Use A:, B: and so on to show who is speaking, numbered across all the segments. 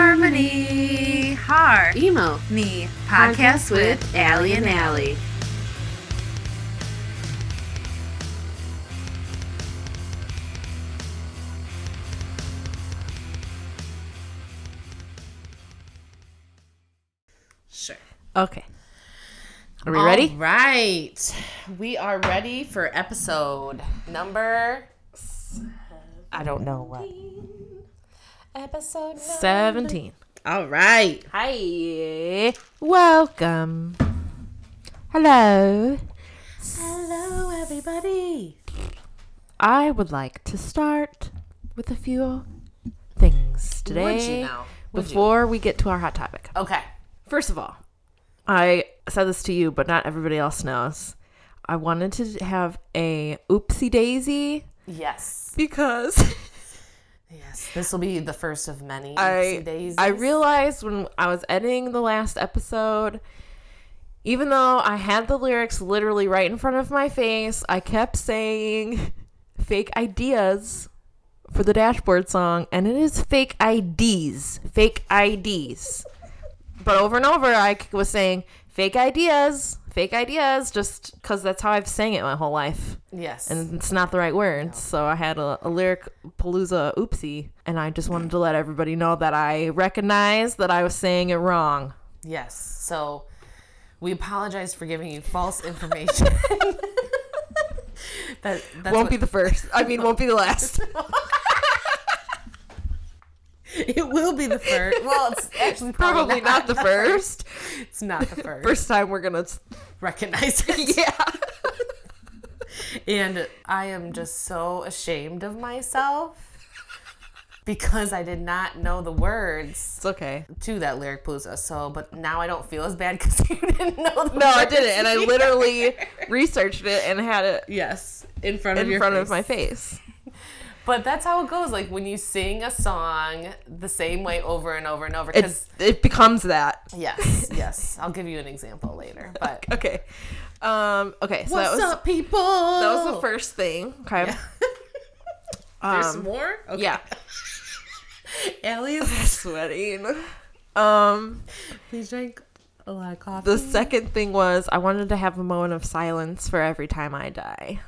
A: Harmony. Har.
B: Emo.
A: Me. Podcast with Allie and Allie. Sure.
B: Okay. Are we ready?
A: All right. We are ready for episode number. s- I don't know what. Episode.
B: 17.
A: All right.
B: Hi. Welcome. Hello.
A: Hello, everybody.
B: I would like to start with a few things today
A: Would you now? Would you?
B: before we get to our hot topic.
A: Okay.
B: First of all, I said this to you, but not everybody else knows. I wanted to have a oopsie daisy
A: Yes.
B: because
A: Yes. This will be the first of many.
B: I
A: days.
B: I realized when I was editing the last episode, even though I had the lyrics literally right in front of my face, I kept saying fake ideas for the dashboard song, and it is fake IDs, fake IDs. But over and over, I k- was saying fake ideas, fake ideas, just because that's how I've sang it my whole life
A: yes.
B: and it's not the right word. So I had a, a lyric palooza oopsie, and I just wanted to let everybody know that I recognized that I was saying it wrong.
A: yes. So we apologize for giving you false information. that that's
B: won't be the first. I mean, won't be the last.
A: It will be the first. Well, it's actually
B: Probably
A: probably,
B: not the first.
A: It's not the first.
B: First time we're gonna. s-
A: Recognize it.
B: Yeah.
A: And I am just so ashamed of myself because I did not know the words
B: It's okay.
A: to that lyric palooza. So, but now I don't feel as bad because you didn't know the
B: No, I
A: words.
B: didn't, and I literally researched it and had it
A: Yes, in front of
B: in
A: your
B: front
A: face.
B: of my face.
A: But that's how it goes. Like when you sing a song the same way over and over and over.
B: It
A: Because
B: it becomes that.
A: yes, yes, I'll give you an example later. But
B: Okay. Um. Okay. So that was
A: up, people?
B: that was the first thing. Okay.
A: There's
B: Um,
A: more. Okay.
B: yeah.
A: Allie,
B: Sweating. Um.
A: please drink a lot of coffee.
B: The second thing was I wanted to have a moment of silence for every time I die.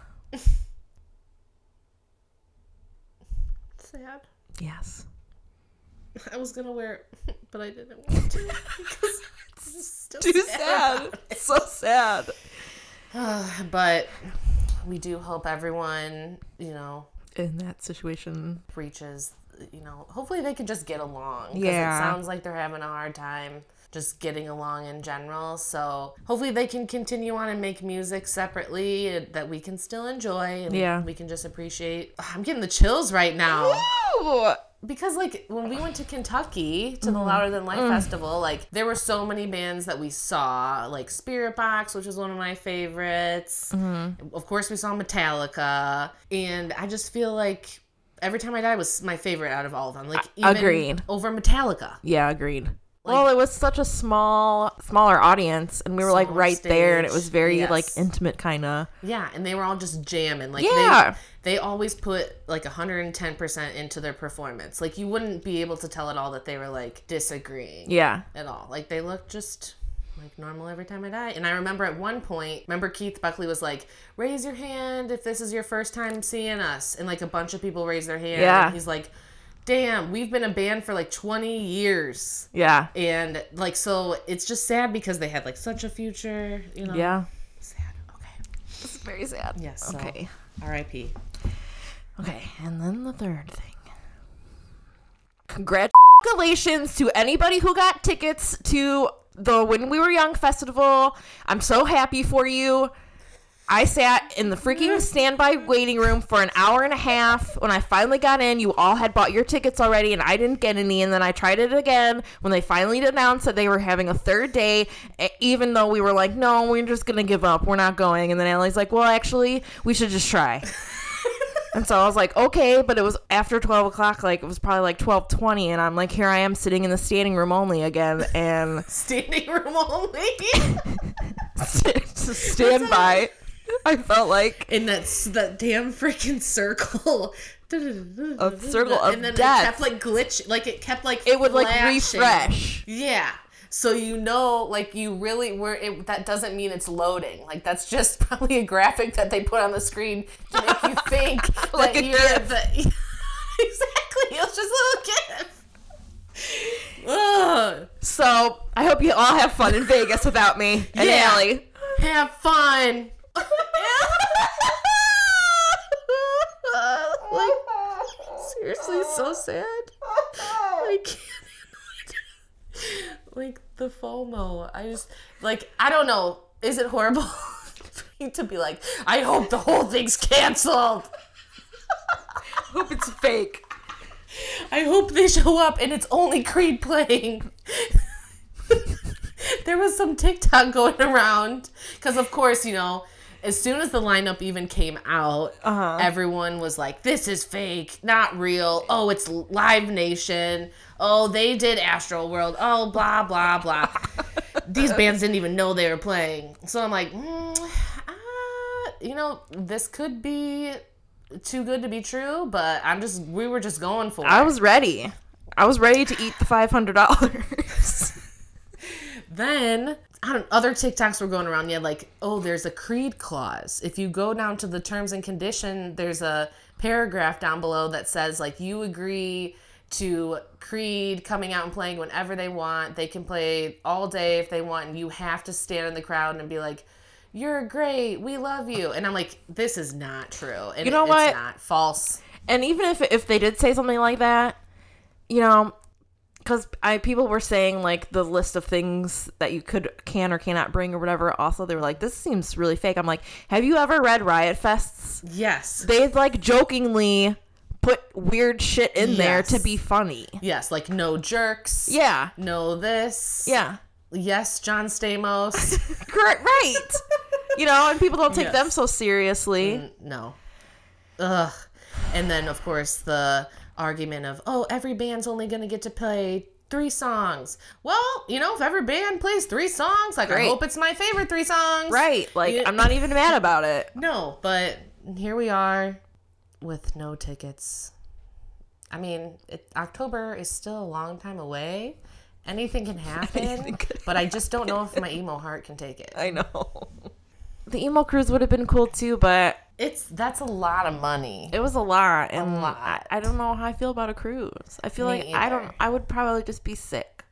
A: Sad.
B: Yes.
A: I was gonna wear it, but I didn't want to. because it's just so
B: Too sad. so sad.
A: sad. But we do hope everyone, you know,
B: In that situation.
A: reaches. You know, hopefully they can just get along. 'cause
B: Yeah.
A: It sounds like they're having a hard time just getting along in general. So hopefully they can continue on and make music separately eh, that we can still enjoy and
B: Yeah.
A: we can just appreciate. I'm getting the chills right now.
B: Oh,
A: because like when we went to Kentucky to the
B: Mm-hmm.
A: Louder Than
B: Mm.
A: Life festival, like there were so many bands that we saw, like Spirit Box, which was one of my favorites.
B: Mm-hmm.
A: Of course, we saw Metallica, and I just feel like every time I die was my favorite out of all of them. Like even
B: agreed.
A: over Metallica.
B: Yeah, agreed. well, it was such a small, smaller audience, and we were like
A: Smaller
B: right there, and it
A: stage,
B: was very like
A: yes.
B: intimate, kind of.
A: Yeah, and they were all just jamming. Like
B: Yeah.
A: they they always put like 110% into their performance. Like you wouldn't be able to tell at all that they were like disagreeing.
B: Yeah.
A: at all. Like they look just like normal every time I die. And I remember at one point, remember Keith Buckley was like, "Raise your hand if this is your first time seeing us," and like a bunch of people raised their hand.
B: Yeah.
A: and he's like, "Damn, we've been a band for like 20 years."
B: Yeah.
A: And like so, it's just sad because they had like such a future, you know.
B: Yeah.
A: Sad. Okay.
B: It's very sad.
A: Yes. so,
B: Okay.
A: R.I.P.
B: Okay. And then the third thing. Congratulations. congratulations to anybody who got tickets to the When We Were Young festival. I'm so happy for you. I sat in the freaking standby waiting room for an hour and a half. When I finally got in, you all had bought your tickets already, and I didn't get any. And then I tried it again when they finally announced that they were having a third day, e- even though we were like, no, we're just going to give up. We're not going. And then Allie's like, well, actually, we should just try. And so I was like, okay, but it was after twelve o'clock, like it was probably like twelve twenty, and I'm like, here I am sitting in the standing room only again, and
A: Standing room only.
B: stand by. I felt like
A: in that s- that damn freaking circle. Of
B: circle of
A: and then
B: death.
A: it kept like glitch, like it kept like
B: it would like
A: flashing.
B: refresh.
A: Yeah. So you know, like you really were. It, that doesn't mean it's loading. Like that's just probably a graphic that they put on the screen to make you think
B: Like
A: that
B: a
A: you're
B: GIF.
A: the exactly. It was just a little gif. Ugh.
B: So I hope you all have fun in Vegas without me and
A: Yeah.
B: Allie.
A: Have fun. like seriously, so sad. I can't. handle it. like the FOMO. I just like I don't know. Is it horrible for me to be like? I hope the whole thing's canceled.
B: hope it's fake.
A: I hope they show up and it's only Creed playing. there was some TikTok going around because, of course, you know, as soon as the lineup even came out,
B: Uh-huh.
A: everyone was like, "This is fake, not real. Oh, it's Live Nation. Oh, they did Astro World. Oh, blah blah blah." These bands didn't even know they were playing, so I'm like, mm, uh, you know, this could be too good to be true, but I'm just we were just going for it.
B: I was ready. I was ready to eat the five hundred dollars.
A: then I don't, other TikToks were going around. You had like, oh, there's a creed clause. If you go down to the terms and condition, there's a paragraph down below that says like you agree to creed coming out and playing whenever they want. They can play all day if they want, and you have to stand in the crowd and be like. You're great. We love you. And I'm like, this is not true. And
B: know
A: it-
B: what?
A: It's not false.
B: and even if if they did say something like that, you know, because I people were saying like the list of things that you could can or cannot bring or whatever. Also, they were like, "This seems really fake." I'm like, "Have you ever read Riot Fest's?"
A: Yes.
B: They like jokingly put weird shit in there
A: Yes.
B: to be funny.
A: Yes. Like no jerks.
B: Yeah,
A: No this.
B: yeah,
A: Yes, John Stamos.
B: correct, right. you know, and people don't take
A: Yes. Mm.
B: them so seriously.
A: no. Ugh. And then, of course, the argument of, oh, every band's only going to get to play three songs. Well, you know, if every band plays three songs, like, I
B: Right.
A: hope it's my favorite three songs.
B: Right. Like, I'm not even mad about it.
A: No, but here we are with no tickets. I mean, it, October is still a long time away. Anything can happen,
B: Anything could
A: but I just don't know if my emo heart can take it.
B: I know. The emo cruise would have been cool too, but
A: It's that's a lot of money.
B: it was a lot. And
A: lot.
B: I, I don't know how I feel about a cruise. I feel
A: Me
B: like I
A: either.
B: don't, I would probably just be sick.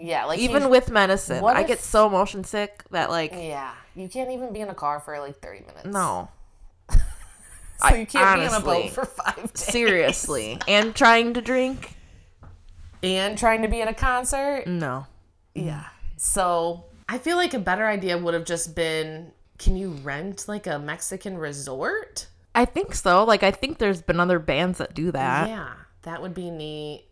A: Yeah, like
B: Even
A: you-
B: with medicine,
A: What
B: I
A: if-
B: get so motion sick that, like,
A: Yeah, you can't even be in a car for like 30 minutes.
B: no.
A: So you can't be on a
B: honestly-
A: boat for five days.
B: Seriously. and trying to drink?
A: And trying to be at a concert.
B: No.
A: Yeah. So Mm. I feel like a better idea would have just been can you rent like a Mexican resort?
B: I think so. Like, I think there's been other bands that do that.
A: yeah, that would be neat.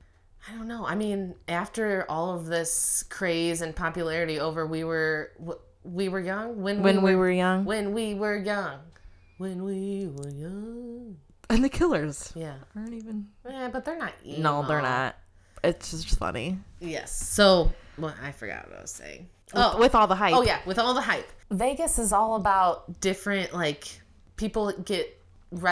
A: I don't know. I mean, after all of this craze and popularity over we were w- we were young when,
B: When
A: we,
B: we were young.
A: when we were young. When we were young.
B: And the killers
A: Yeah.
B: aren't even.
A: Eh, but they're not emo.
B: No, they're not. It's just funny.
A: Yes. So, well, I forgot what I was saying.
B: Oh, with all the hype.
A: Oh yeah, with all the hype. Vegas is all about different like people get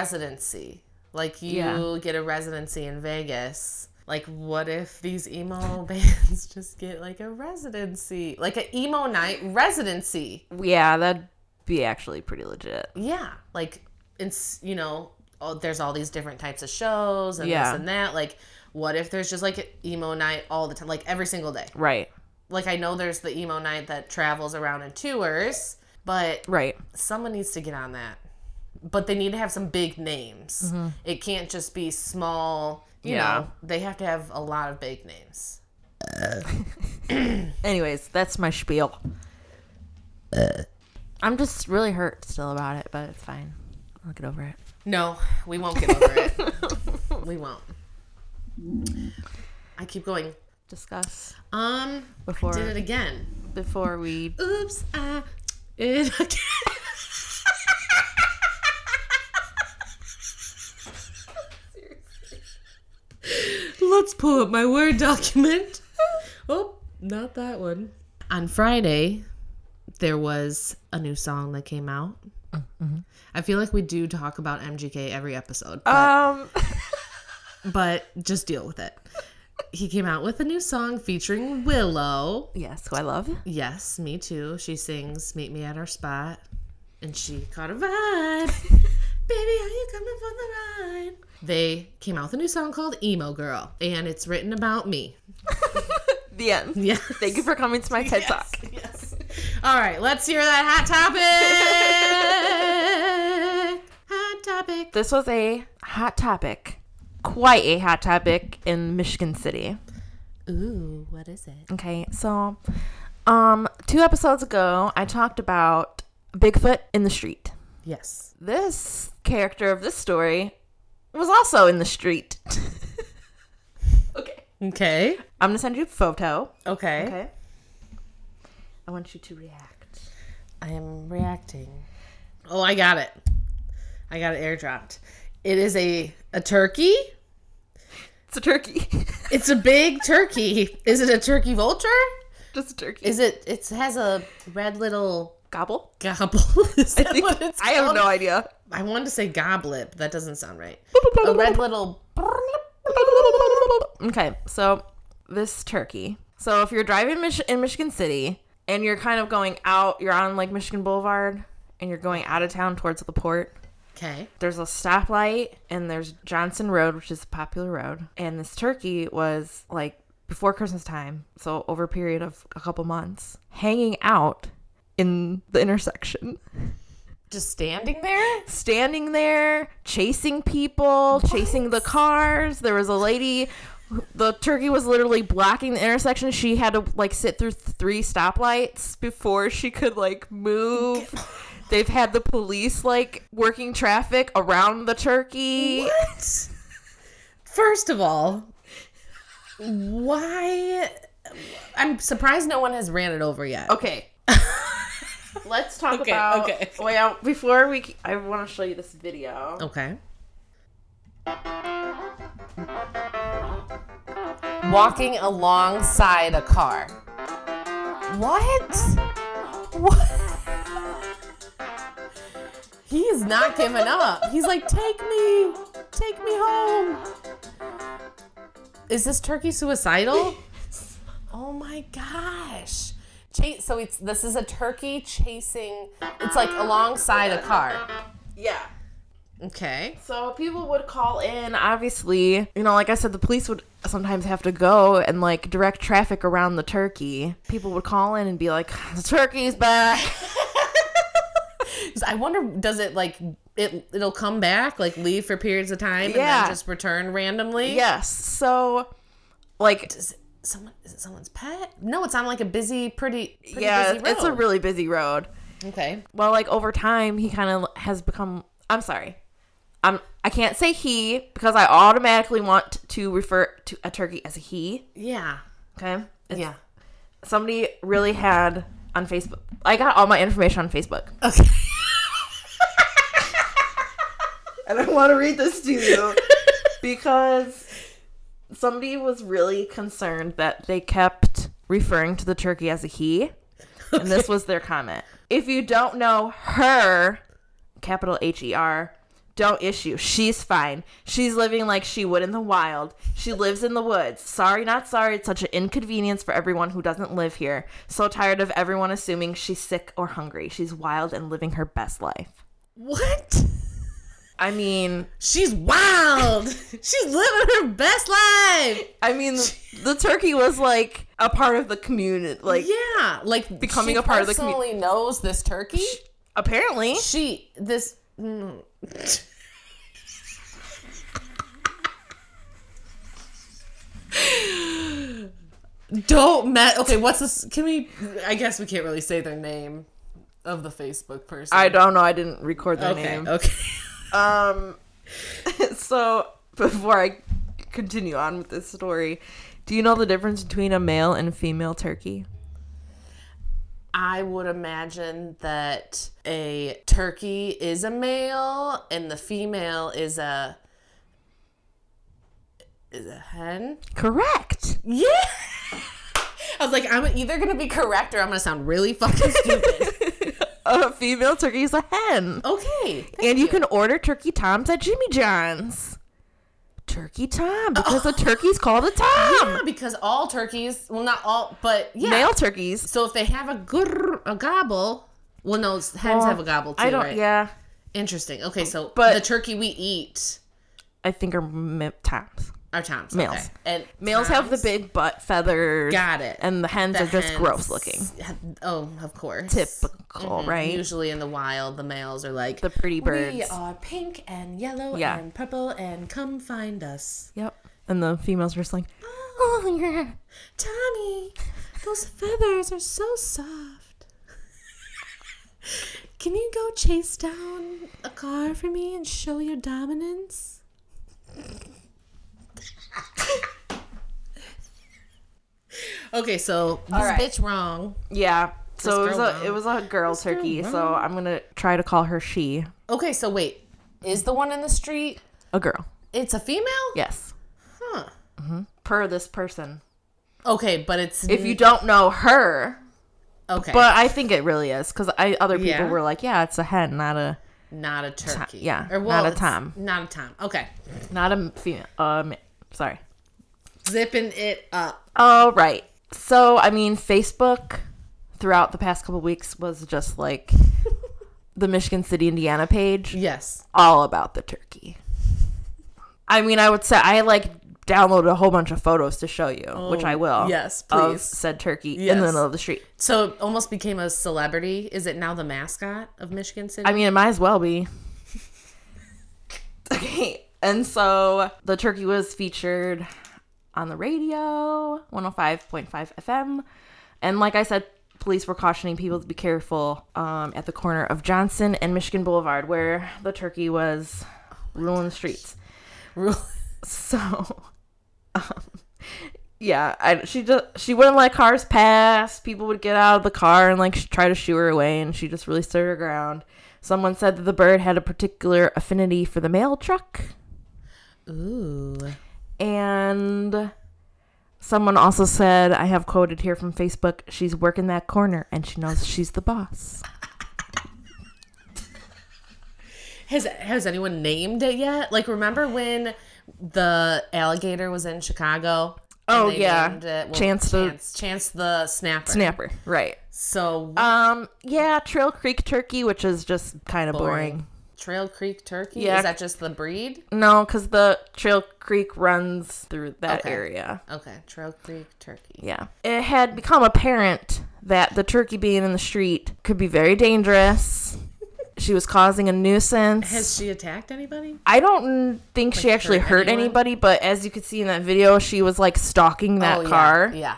A: residency. Like you
B: Yeah.
A: get a residency in Vegas. Like what if these emo bands just get like a residency? Like an emo night residency.
B: Yeah, that'd be actually pretty legit.
A: Yeah. Like it's you know, oh, there's all these different types of shows and
B: Yeah.
A: this and that. Like what if there's just like an emo night all the time, like every single day?
B: Right.
A: like I know there's the emo night that travels around and tours, but
B: Right.
A: someone needs to get on that. But they need to have some big names. It can't just be small. You
B: Mm-hmm. Yeah.
A: know, they have to have a lot of big names.
B: Anyways, that's my spiel.
A: Uh.
B: I'm just really hurt still about it, but it's fine. I'll get over it.
A: No, we won't get over it. We won't. I keep going.
B: Discuss
A: Um,
B: before
A: did it again.
B: before we
A: Oops, I eh, did it again. Let's pull up my Word document. Oh, not that one. On Friday, there was a new song that came out. I feel like we do talk about MGK every episode, but,
B: Um,
A: but just deal with it. He came out with a new song featuring Willow.
B: yes, who I love.
A: Yes, me too. She sings Meet Me at Our Spot. And she caught a vibe. Baby, are you coming for the ride? They came out with a new song called Emo Girl, and it's written about me.
B: The end.
A: Yes.
B: Thank you for coming to my TED Talk.
A: Yes. All right, let's hear that hot topic. hot topic.
B: This was a hot topic, quite a hot topic in Michigan City.
A: Ooh, what is it?
B: Okay, so um, two episodes ago, I talked about Bigfoot in the street.
A: Yes.
B: This character of this story was also in the street. okay.
A: Okay.
B: I'm gonna send you a photo.
A: Okay.
B: Okay. I want you to react.
A: I am reacting. Oh, I got it. I got it airdropped. It is a a turkey.
B: It's a turkey.
A: It's a big turkey. Is it a turkey vulture?
B: Just a turkey.
A: Is it? It has a red little
B: gobble?
A: gobble. Is that
B: think-
A: what it's
B: I have
A: called?
B: no idea.
A: I wanted to say goblet, but that doesn't sound right. A red little.
B: Okay, so this turkey. So if you're driving Mich- in Michigan City and you're kind of going out, you're on like Michigan Boulevard and you're going out of town towards the port.
A: Okay.
B: There's a stoplight and there's Johnson Road, which is a popular road. And this turkey was like before Christmas time, so over a period of a couple months, hanging out in the intersection
A: Just standing there.
B: standing there chasing people, chasing the cars. There was a lady who- the turkey was literally blocking the intersection. She had to like sit through three stoplights before she could like move. They've had the police like working traffic around the turkey.
A: What? First of all, why? I'm surprised no one has ran it over yet.
B: Okay. Let's talk
A: Okay,
B: about
A: okay. Oh.
B: Wait, I- before we I want to show you this video.
A: Okay. Walking alongside a car. What? What? He is not giving up. He's like, take me, take me home. Is this turkey suicidal? Oh my gosh. Chase, so it's this is a turkey chasing. It's like alongside a car.
B: Yeah.
A: Okay.
B: So people would call in, obviously. You know, like I said, the police would sometimes have to go and like direct traffic around the turkey. People would call in and be like, the turkey's back.
A: I wonder, does it like it? It'll come back, like leave for periods of time, and
B: Yeah.
A: then just return randomly.
B: yes. So, like,
A: Is it someone? Is it someone's pet? No, it's on like a busy, pretty. pretty
B: yeah,
A: busy
B: it's a
A: road.
B: really busy road.
A: okay.
B: Well, like over time, he kind of has become. I'm sorry. I'm, I can't say he because I automatically want to refer to a turkey as a he.
A: Yeah.
B: Okay. It's-
A: Yeah.
B: Somebody really had on Facebook. I got all my information on Facebook.
A: Okay.
B: and I want to read this to you because somebody was really concerned that they kept referring to the turkey as a he, and this was their comment. If you don't know her, capital H E R, don't issue. She's fine. She's living like she would in the wild. She lives in the woods. Sorry, not sorry. It's such an inconvenience for everyone who doesn't live here. So tired of everyone assuming she's sick or hungry. She's wild and living her best life.
A: What?
B: I mean,
A: She's wild. She's living her best life.
B: I mean, the, the turkey was like a part of the community. Like,
A: Yeah, like
B: Becoming
A: she
B: a part of the commu-
A: Personally knows this turkey.
B: apparently,
A: She this. mm. Don't met. Okay, what's this? Can we? I guess we can't really say their name of the Facebook person.
B: I don't know. I didn't record their
A: Okay.
B: name.
A: Okay.
B: Um, so before I continue on with this story, do you know the difference between a male and female turkey?
A: I would imagine that a turkey is a male and the female is a is a hen.
B: Correct.
A: Yeah. I was like, I'm either gonna be correct or I'm gonna sound really fucking stupid.
B: a female turkey is a hen.
A: Okay. Oh, thank
B: and you, can order turkey toms at Jimmy John's. Turkey tom because a turkey's called a tom.
A: Oh. Yeah, because all turkeys, well, not all, but yeah.
B: Male turkeys.
A: So if they have a grrr, a gobble, well, no, hens have a gobble too,
B: I don't.
A: right?
B: Yeah,
A: Interesting. Okay, so
B: But-
A: the turkey we eat
B: I think are m- toms.
A: are toms.
B: Males.
A: Okay. And
B: Males have the
A: toms-
B: big butt feathers.
A: Got it.
B: And the hens
A: the
B: are just
A: hens-
B: gross looking.
A: Oh, of course.
B: Typical, right?
A: Mm-hmm. Usually in the wild, the males are like
B: The pretty
A: We uh,
B: birds.
A: are pink and yellow
B: Yeah.
A: and purple and come find us.
B: Yep. And the females are just like, oh yeah.
A: Tommy, those feathers are so soft. Can you go chase down a car for me and show your dominance? okay, so this
B: right.
A: bitch wrong.
B: Yeah. So it was
A: girl
B: a
A: wrong.
B: it was a girl turkey. So I'm gonna try to call her she.
A: Okay, so wait, is the one in the street?
B: A girl.
A: It's a female?
B: Yes.
A: Huh.
B: Per this person.
A: Okay, but it's
B: If you don't know her,
A: Mm-hmm. okay,
B: but I think it really is because I other people
A: Yeah.
B: were like, yeah, it's a hen, not a
A: not a turkey.
B: yeah, not a
A: it's
B: tom.
A: Not a tom. Okay,
B: not a female. Um, sorry.
A: zipping it up.
B: All right. So, I mean, Facebook throughout the past couple weeks was just like the Michigan City, Indiana page,
A: Yes.
B: all about the turkey. I mean, I would say I like downloaded a whole bunch of photos to show you, which I will.
A: Oh, yes,
B: of
A: please.
B: said turkey in
A: Yes.
B: the middle of the street.
A: So it almost became a celebrity. Is it now the mascot of Michigan City?
B: I mean, it might as well be. okay. And so the turkey was featured on the radio, 105.5 FM. And like I said, police were cautioning people to be careful um, at the corner of Johnson and Michigan Boulevard where the turkey was ruling the streets. So, um, yeah, I, she just she wouldn't let cars pass. People would get out of the car and like sh- try to shoo her away, and she just really stood her ground. Someone said that the bird had a particular affinity for the mail truck,
A: Ooh.
B: and someone also said, I have quoted here from Facebook, she's working that corner and she knows she's the boss.
A: Has has anyone named it yet? Like remember when the alligator was in Chicago? and
B: Oh,
A: they
B: yeah.
A: named it-
B: Chance the-
A: chance, chance the snapper.
B: Snapper, right?
A: so
B: Um, yeah, Trail Creek turkey, which is just kind of boring.
A: Trail Creek Turkey.
B: Yeah.
A: Is that just the breed?
B: No, because the Trail Creek runs through that
A: Okay.
B: area.
A: Okay, Trail Creek Turkey.
B: Yeah. It had become apparent that the turkey being in the street could be very dangerous. she was causing a nuisance.
A: Has she attacked anybody?
B: I don't think she actually
A: hurt
B: hurt,
A: anyone?
B: anybody, but as you could see in that video, she was like stalking that
A: Oh, yeah.
B: car.
A: Yeah.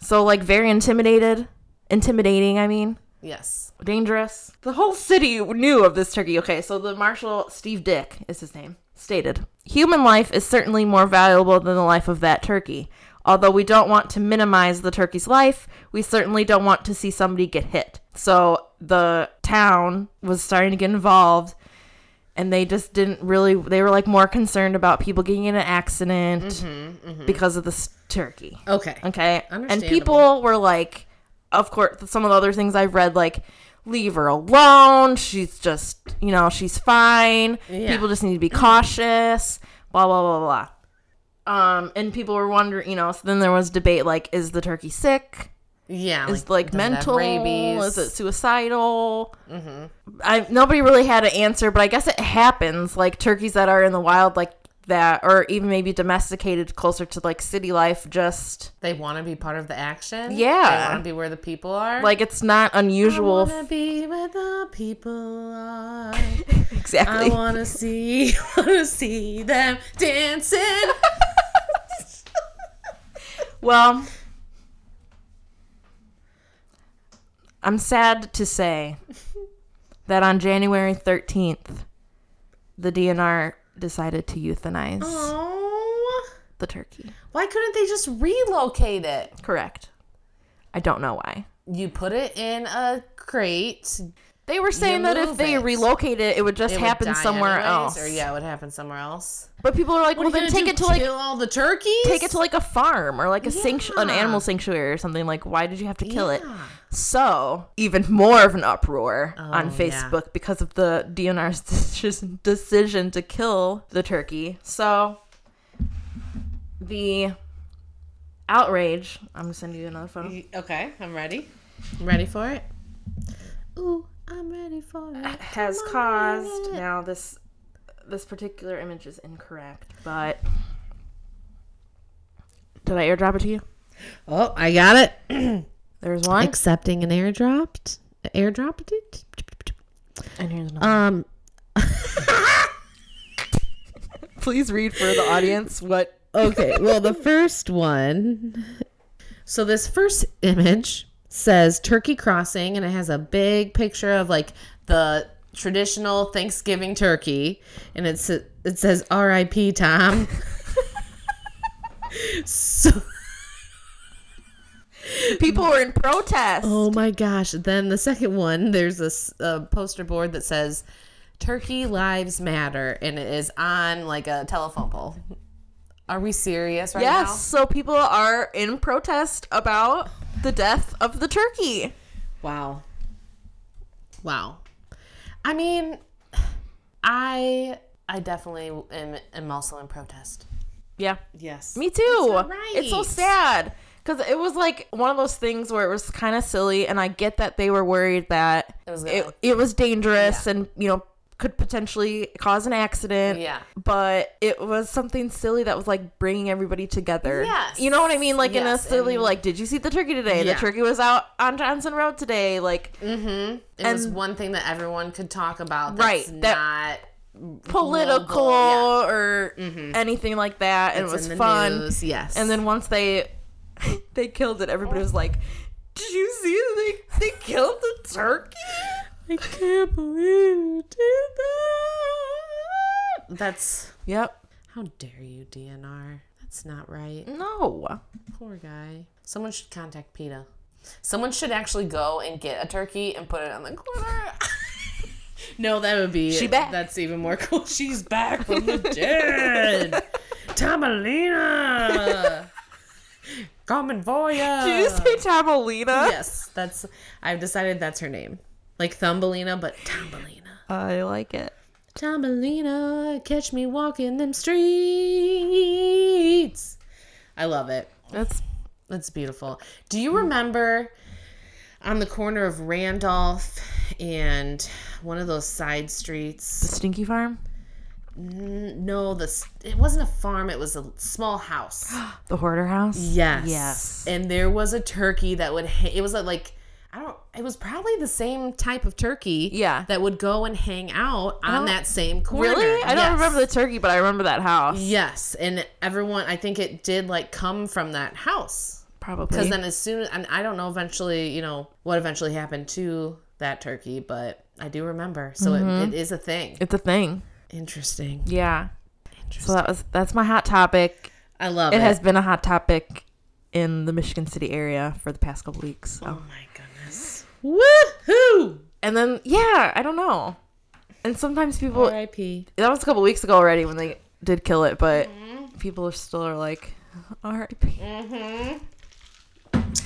B: So, like, very intimidated. Intimidating, I mean.
A: Yes.
B: dangerous. The whole city knew of this turkey. Okay, so the marshal, Steve Dick is his name, stated Human life is certainly more valuable than the life of that turkey. Although we don't want to minimize the turkey's life, we certainly don't want to see somebody get hit. So the town was starting to get involved. And they just didn't really, they were like more concerned about people getting in an accident because of this turkey.
A: Okay.
B: Okay. And
A: Understandable.
B: people were like, of course, some of the other things I've read, like, leave her alone. She's just, you know, she's fine.
A: Yeah.
B: People just need to be cautious. Blah, blah, blah, blah. Um, and people were wondering, you know, so then there was debate like, is the turkey sick?
A: Yeah.
B: Is like
A: does it have
B: mental?
A: rabies? Mm-hmm.
B: Is it suicidal? I nobody really had an answer, but I guess it happens. Like turkeys that are in the wild, like that, or even maybe domesticated closer to like city life, just
A: they want to be part of the action.
B: Yeah.
A: They want to be where the people are.
B: Like it's not unusual.
A: I wanna be where the people are. I
B: exactly.
A: wanna see, wanna see them dancing.
B: well, I'm sad to say that on January 13th, the DNR decided to euthanize
A: Aw.
B: the turkey.
A: Oh. Why couldn't they just relocate it?
B: Correct. I don't know why.
A: You put it in a crate.
B: They were saying that if
A: move
B: they
A: it.
B: relocated it, it would just
A: It would
B: happen
A: die
B: somewhere
A: anyways,
B: else.
A: Or yeah, it would happen somewhere else.
B: But people are like, well,
A: What are you
B: then
A: gonna
B: take it
A: do,
B: to like
A: kill all the turkeys.
B: take it to like a farm or like a sanct- an
A: Yeah.
B: animal sanctuary or something. Like, why did you have to kill it?
A: Yeah.
B: So even more of an uproar on
A: Oh, yeah.
B: Facebook because of the DNR's decision- decision to kill the turkey. So the outrage. I'm gonna send you another photo.
A: Y- Okay, I'm ready. I'm ready for it. Ooh, I'm ready for it.
B: Has caused now this this particular image is incorrect, but did I airdrop it to you?
A: Oh, I got it.
B: There's one,
A: Accepting an airdropped. Airdropped it.
B: and here's another.
A: Um,
B: Please read for the audience what.
A: okay, well, the first one. So this first image says turkey crossing, and it has a big picture of like the traditional Thanksgiving turkey, and it's it says R.I.P. Tom. so.
B: People were in protest.
A: Oh my gosh. Then the second one, there's this uh, poster board that says Turkey Lives Matter and it is on like a telephone pole. Are we serious right
B: Yes,
A: now?
B: so people are in protest about the death of the turkey.
A: Wow. Wow. I mean, I I definitely am, am also in protest.
B: Yeah.
A: Yes.
B: Me too.
A: right.
B: It's so sad because it was like one of those things where it was kind of silly, and I get that they were worried that it
A: was
B: it,
A: gonna-
B: was dangerous and you know could potentially cause an accident.
A: Yeah.
B: But it was something silly that was like bringing everybody together.
A: Yes.
B: You know what I mean? Like in a
A: Yes,
B: silly,
A: and-
B: like, did you see the turkey today?
A: Yeah.
B: The
A: Mm,
B: turkey was out on Johnson Road today. Like
A: It was one thing that everyone could talk about that's
B: Right,
A: not
B: political
A: Global, yeah. Mm-hmm.
B: or anything like that. And
A: it's
B: it was
A: in the
B: fun.
A: news. Yes.
B: And then once they they killed it, everybody was like, "Did you see that they they killed the turkey?"
A: I can't believe you did that. That's
B: Yep.
A: how dare you, DNR? That's not right.
B: No.
A: Poor guy. Someone should contact PETA. Someone should actually go and get a turkey and put it on the corner. no, that would be
B: She back.
A: That's even more cool. She's back from the dead. Tomalina. Common Voya.
B: Did you say Tamalina?
A: yes, that's. I've decided that's her name. Like Thumbelina, but Tombalina.
B: I like it.
A: Tombalina, catch me walking them streets. I love it.
B: That's
A: That's beautiful. Do
B: Mm.
A: you remember on the corner of Randolph and one of those side
B: the
A: streets?
B: Stinky Farm,
A: N- No, this it wasn't a farm, it was a small house.
B: the Hoarder House.
A: Yes.
B: Yes.
A: And there was a turkey that would ha- it was a, like I don't it was probably the same type of turkey
B: Yeah.
A: that would go and hang out on that same corner.
B: Really? I don't
A: Yes.
B: remember the turkey, but I remember that house.
A: Yes, and everyone, I think it did like come from that house.
B: Probably.
A: Because then, as soon and I don't know eventually, you know, what eventually happened to that turkey, but I do remember. So
B: Mm-hmm.
A: it, it is a thing.
B: it's a thing.
A: Interesting.
B: Yeah. So
A: Interesting.
B: that was that's my hot topic.
A: I love it.
B: It has been a hot topic in the Michigan City area for the past couple weeks. So.
A: oh my goodness. Woohoo!
B: And then yeah, I don't know. And sometimes people
A: R.I.P.
B: that was a couple weeks ago already when they did kill it, but
A: Mm-hmm.
B: people are still are like, R.I.P.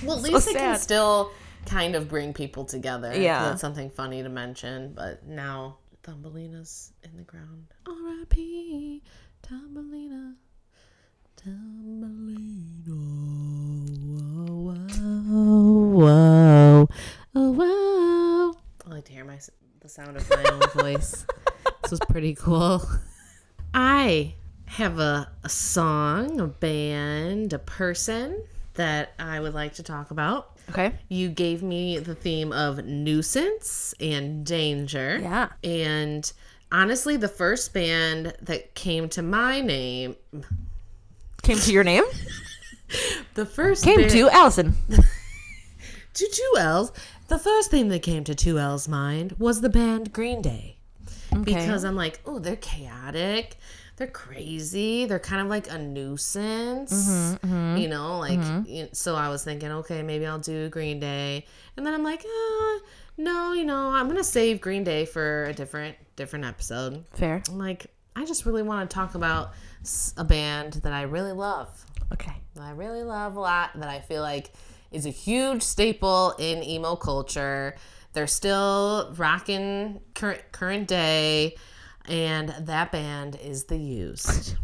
A: Well, at least it can
B: sad.
A: still kind of bring people together.
B: Yeah.
A: That's something funny to mention, but now Thumbelina's in the ground. R.I.P. Thumbelina. Thumbelina. Whoa, whoa, whoa. Oh, whoa. I like to hear my, s- the sound of my own voice. This was pretty cool. I have a, a song, a band, a person that I would like to talk about.
B: Okay.
A: You gave me the theme of nuisance and danger.
B: Yeah.
A: And honestly, the first band that came to my name,
B: Came to your name?
A: the first
B: Came
A: band-
B: to Allison.
A: to two L's, the first thing that came to two L's mind was the band Green Day. Because I'm like, oh, they're chaotic, they're crazy, they're kind of like a nuisance, you know. Like, you- so I was thinking, okay, maybe I'll do Green Day, and then I'm like, ah, no, you know, I'm gonna save Green Day for a different different episode.
B: Fair.
A: I'm like, I just really want to talk about s- a band that I really love,
B: Okay.
A: that I really love a lot, that I feel like is a huge staple in emo culture. They're still rocking current current day, and that band is The Used.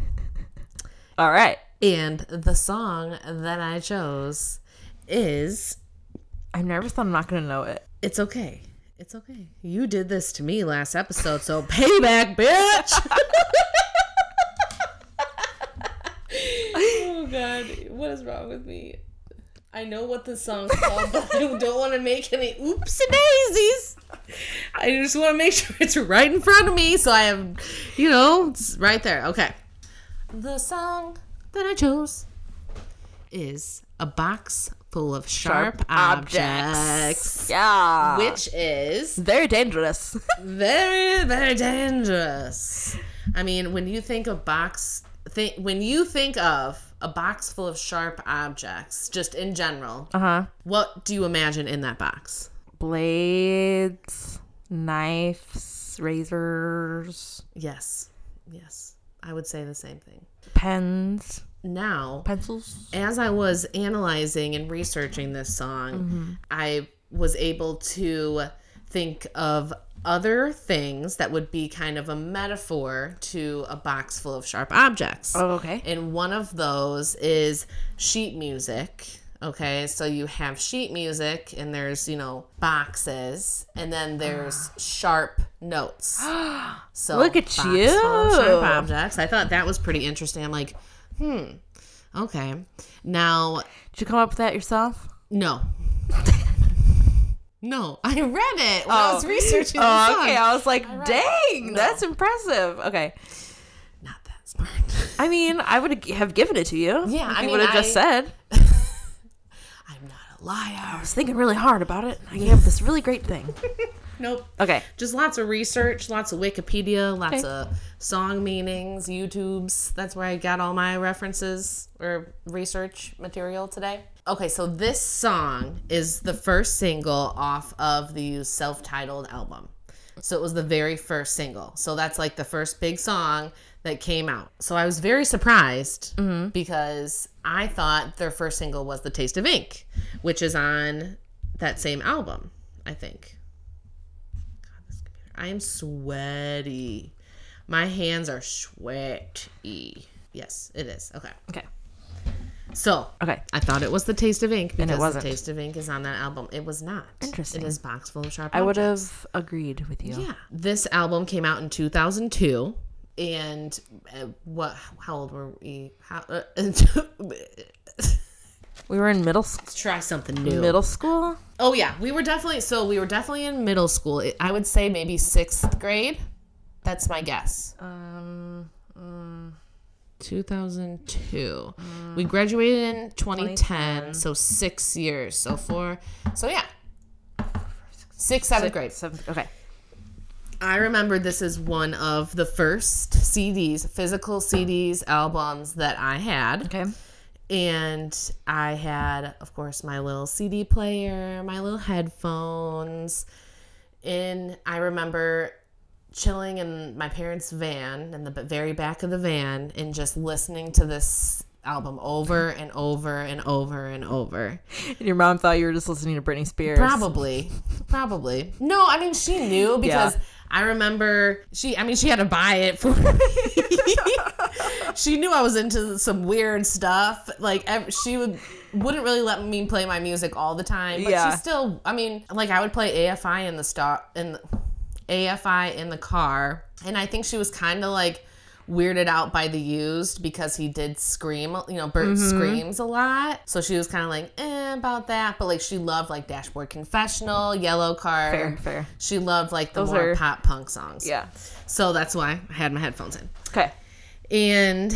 B: All right.
A: And the song that I chose is
B: I'm nervous. I'm not gonna know it.
A: It's Okay. It's okay. You did this to me last episode, so payback, bitch. oh god, what is wrong with me? I know what the song's called, but I don't want to make any oopsie daisies. I just want to make sure it's right in front of me, so I have, you know, it's right there. Okay. The song that I chose is a box full of sharp, objects,
B: Yeah.
A: which is
B: Very dangerous.
A: very, very dangerous. I mean, when you think of box, think when you think of a box full of sharp objects, just in general,
B: Uh huh.
A: what do you imagine in that box?
B: Blades, knives, razors,
A: Yes, yes, I would say the same thing.
B: pens,
A: Now,
B: pencils.
A: as I was analyzing and researching this song, I was able to think of other things that would be kind of a metaphor to a box full of sharp objects.
B: Oh, okay.
A: And one of those is sheet music. Okay, so you have sheet music, and there's, you know, boxes, and then there's sharp notes. So
B: Look at
A: box full of Sharp
B: you.
A: objects. I thought that was pretty interesting. I'm like, hmm, okay. Now,
B: Did you come up with that yourself?
A: no. no, I read it when I was researching the
B: Oh,
A: song.
B: okay. I was like, dang, that's impressive. Okay.
A: Not that smart.
B: I mean, I would have given it to you.
A: Yeah,
B: if
A: I
B: you
A: mean,
B: would have just
A: I-
B: said.
A: I'm not a liar.
B: I was thinking really hard about it. I have this really great thing.
A: Nope.
B: Okay.
A: just lots of research, lots of Wikipedia, lots of song meanings, YouTubes. That's where I got all my references or research material today. Okay, so this song is the first single off of the self titled album. So it was the very first single. So that's like the first big song that came out. So I was very surprised because I thought their first single was The Taste of Ink, which is on that same album, I think. I am sweaty. My hands are sweaty. Yes, it is. Okay.
B: Okay.
A: So
B: Okay.
A: I thought it was the Taste of Ink because
B: wasn't.
A: the Taste of Ink is on that album. It was not.
B: Interesting.
A: It is box full of sharp.
B: I would have agreed with you.
A: Yeah. This album came out in 2002. And uh, what? How old were we? How, uh,
B: We were in middle s-
A: try something new.
B: middle school.
A: Oh yeah, we were definitely so we were definitely in middle school. I- I would say maybe sixth grade. That's my guess.
B: Um,
A: mm, 2002. We graduated in 2010, so six years. So four. So yeah, sixth, seventh grade.
B: seventh. Okay.
A: I remember this is one of the first CDs, physical CDs, albums that I had.
B: Okay.
A: and I had, of course, my little CD player, my little headphones. And I remember chilling in my parents' van, in the b- very back of the van, and just listening to this album over and over and over and over.
B: And your mom thought you were just listening to Britney Spears.
A: Probably. Probably. No, I mean she knew because I remember she I mean she had to buy it for me. she knew I was into some weird stuff. Like ev- she would wouldn't really let me play my music all the time, but
B: Yeah.
A: she still I mean like I would play AFI in the stop in the, AFI in the car and I think she was kind of like weirded out by the used because he did scream you know bert
B: Mm-hmm.
A: screams a lot so she was kind of like eh, about that but like she loved like dashboard confessional yellow car
B: Fair, fair.
A: she loved like the
B: Those
A: more
B: are-
A: pop punk songs
B: Yeah.
A: so that's why i had my headphones in
B: Okay.
A: and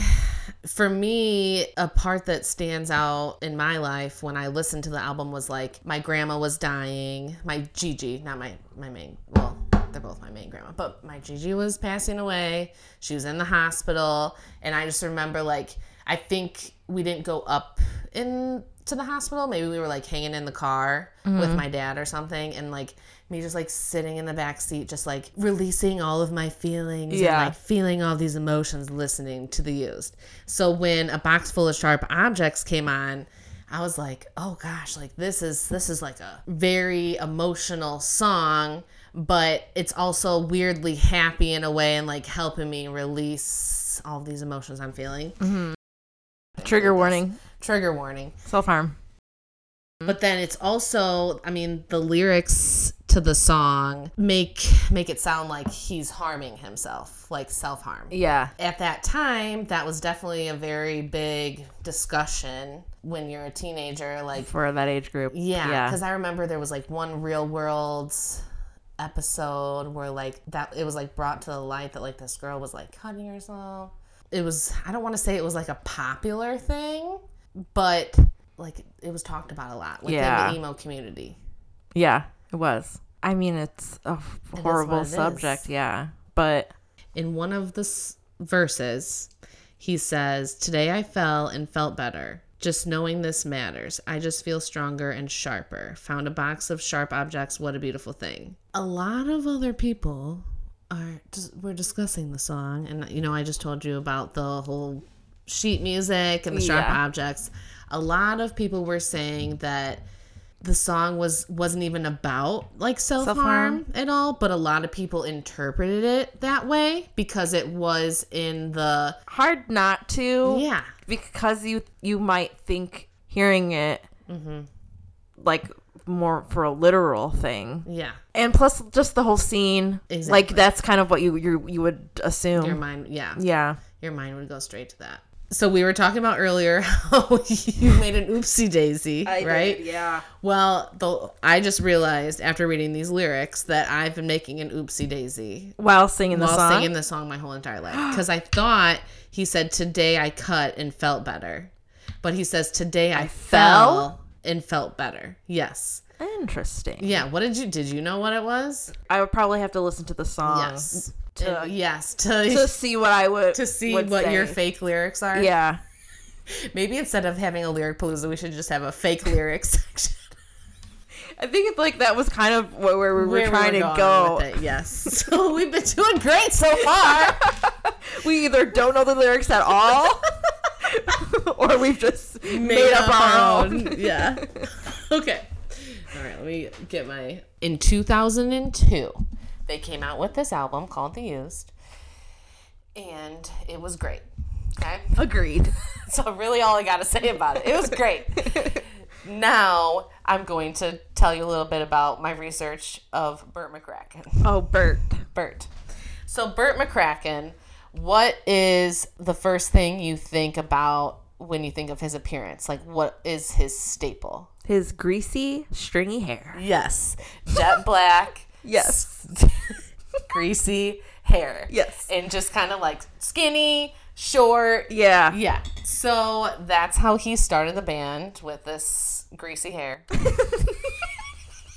A: for me, a part that stands out in my life when I listened to the album was like my grandma was dying. My Gigi, not my my main, well, they're both my main grandma, but my Gigi was passing away. She was in the hospital, and I just remember like I think we didn't go up in to the hospital. Maybe we were like hanging in the car with my dad or something, and like me just like sitting in the back seat, just like releasing all of my feelings
B: Yeah.
A: and like feeling all these emotions, listening to the used. So when a box full of sharp objects came on. I was like, "Oh gosh, like this is this is like a very emotional song, but it's also weirdly happy in a way and like helping me release all these emotions I'm feeling."
B: Mm-hmm. Trigger warning.
A: Trigger warning.
B: Self harm.
A: But then it's also, I mean, the lyrics to the song make make it sound like he's harming himself, like self-harm.
B: Yeah.
A: At that time, that was definitely a very big discussion when you're a teenager like
B: For that age group.
A: yeah, cuz I remember there was like one real world episode where like that it was like brought to the light that like this girl was like cutting herself. It was I don't want to say it was like a popular thing, but like it was talked about a lot within
B: Yeah.
A: the emo community.
B: Yeah, It was. I mean, it's a f- horrible
A: what it
B: subject. Yeah. But
A: in one of the s- verses, he says, Today I fell and felt better. Just knowing this matters. I just feel stronger and sharper. Found a box of sharp objects. What a beautiful thing. A lot of other people are just, were discussing the song. And, you know, I just told you about the whole sheet music and the sharp
B: Yeah.
A: objects. A lot of people were saying that the song was wasn't even about like self harm at all, but a lot of people interpreted it that way because it was in the
B: hard not to
A: yeah
B: because you you might think hearing it
A: Mm-hmm.
B: like more for a literal thing.
A: yeah
B: And plus just the whole scene.
A: Exactly.
B: Like that's kind of what you you, you would assume.
A: your mind yeah
B: yeah.
A: your mind would go straight to that. So we were talking about earlier how you made an oopsie daisy, right?
B: yeah.
A: Well, the, I just realized after reading these lyrics that I've been making an oopsie daisy
B: While singing the
A: while
B: song.
A: singing the song my whole entire life because I thought he said today I cut and felt better, but he says today I,
B: fell?"
A: fell and felt better. Yes,
B: Interesting.
A: yeah. What did you did you know what it was?
B: I would probably have to listen to the song
A: Yes,
B: Uh, to-
A: And yes to
B: to
A: to,
B: see what I would
A: see
B: would
A: what
B: say.
A: your fake lyrics are.
B: yeah.
A: Maybe instead of having a lyric palooza, we should just have a fake lyrics section.
B: I think it's like that was kind of where, where we were
A: where we
B: trying
A: were
B: to
A: going
B: go.
A: with it, Yes. So we've been doing great so far.
B: We either don't know the lyrics at all, or we've just made, up, our own.
A: yeah. Okay. All right, let me get my. In 2002, they came out with this album called The Used, and it was great. Okay.
B: Agreed.
A: So, really, all I got to say about it, it was great. now, I'm going to tell you a little bit about my research of Burt McCracken.
B: Oh, Bert.
A: Bert. So Bert McCracken, what is the first thing you think about when you think of his appearance? Like what is his staple?
B: His greasy, stringy hair.
A: Yes. Jet black,
B: Yes.
A: greasy hair.
B: Yes.
A: And just kind of like skinny, short.
B: Yeah.
A: Yeah. So that's how he started the band with this greasy hair.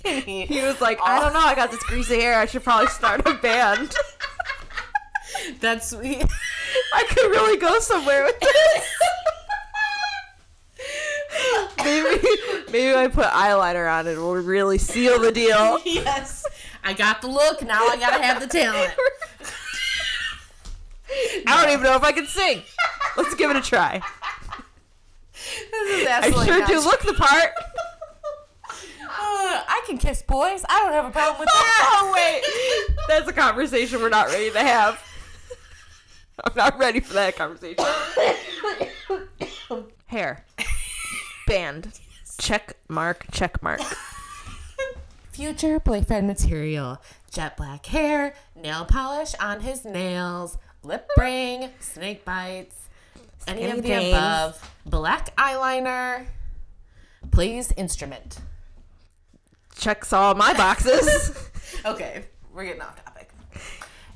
A: And
B: He was like, I don't know, I got this greasy hair. I should probably start a band.
A: that's
B: I could really go somewhere with this. maybe, maybe I put eyeliner on it. Will really seal the deal.
A: yes. I got the look. Now I gotta have the talent.
B: I don't even know if I can sing. Let's give it a try.
A: This is
B: I
A: absolutely
B: sure
A: not
B: do
A: true.
B: look the part.
A: Uh, I can kiss boys. I don't have a problem with that.
B: Oh wait, that's a conversation we're not ready to have. I'm not ready for that conversation. Hair, band, check mark, check mark.
A: Future boyfriend material. Jet black hair, nail polish on his nails, lip ring, snake bites, any of the
B: Skinny
A: above. Black eyeliner. Please instrument.
B: Checks all my boxes.
A: Okay, we're getting off topic.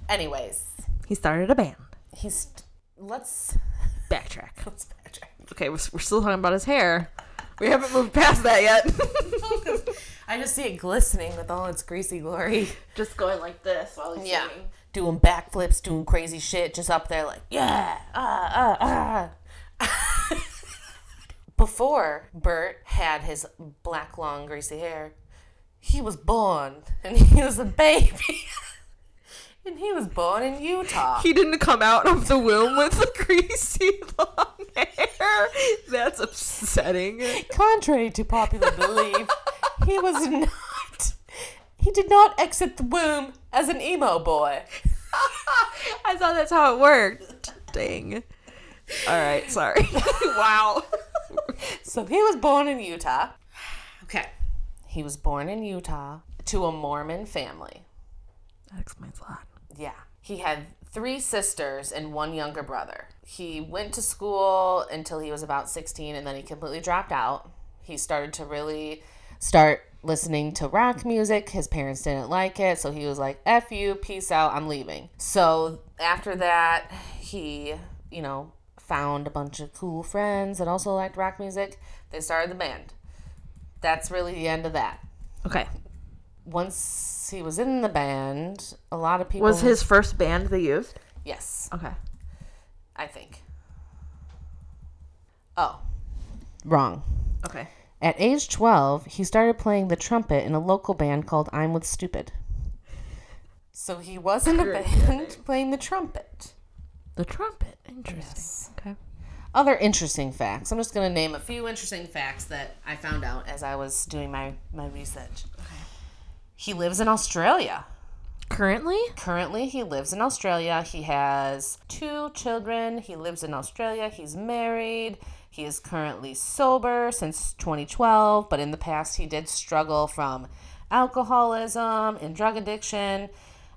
A: Anyways,
B: he started a band.
A: he's let's
B: Backtrack.
A: let's backtrack.
B: Okay, we're, we're still talking about his hair. We haven't moved past that yet.
A: I just see it glistening with all its greasy glory.
B: Just going like this while he's
A: Yeah. Doing backflips, doing crazy shit, just up there like, yeah, ah, ah, ah. before Bert had his black, long, greasy hair, he was born and he was a baby. and he was born in Utah.
B: He didn't come out of the womb with the greasy long hair. That's upsetting.
A: Contrary to popular belief, he was not. He did not exit the womb as an emo boy.
B: I thought that's how it worked. Dang. All right, sorry. wow.
A: So he was born in Utah. Okay. He was born in Utah to a Mormon family.
B: That explains a lot.
A: Yeah. He had three sisters and one younger brother. He went to school until he was about 16 and then he completely dropped out. He started to really start listening to rock music. His parents didn't like it, so he was like, F you, peace out, I'm leaving. So after that, he, you know, found a bunch of cool friends that also liked rock music. They started the band. That's really the end of that.
B: Okay.
A: Once he was in the band, a lot of people
B: Was his first band they used?
A: yes,
B: Oh. Okay.
A: I think. Oh, wrong.
B: Okay.
A: At age 12, he started playing the trumpet in a local band called I'm With Stupid. So he was in a band playing the trumpet.
B: The trumpet. Interesting. Okay.
A: Other interesting facts. I'm just going to name a few interesting facts that I found out as I was doing my, my research. He lives in Australia.
B: Currently?
A: Currently, he lives in Australia. He has two children. He lives in Australia. He's married. He is currently sober since 2012, but in the past, he did struggle from alcoholism and drug addiction.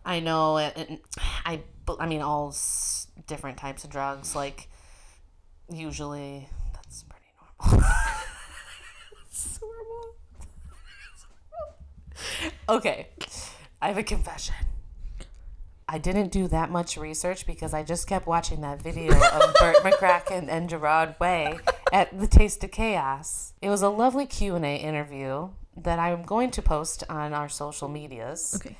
A: I know, it, it- I, I mean, all s- different types of drugs, like usually that's pretty normal. It's normal. okay, I have a confession. I didn't do that much research because I just kept watching that video of Burt McCracken and Gerard Way at the Taste of Chaos. It was a lovely Q and A interview that I'm going to post on our social medias
B: Okay.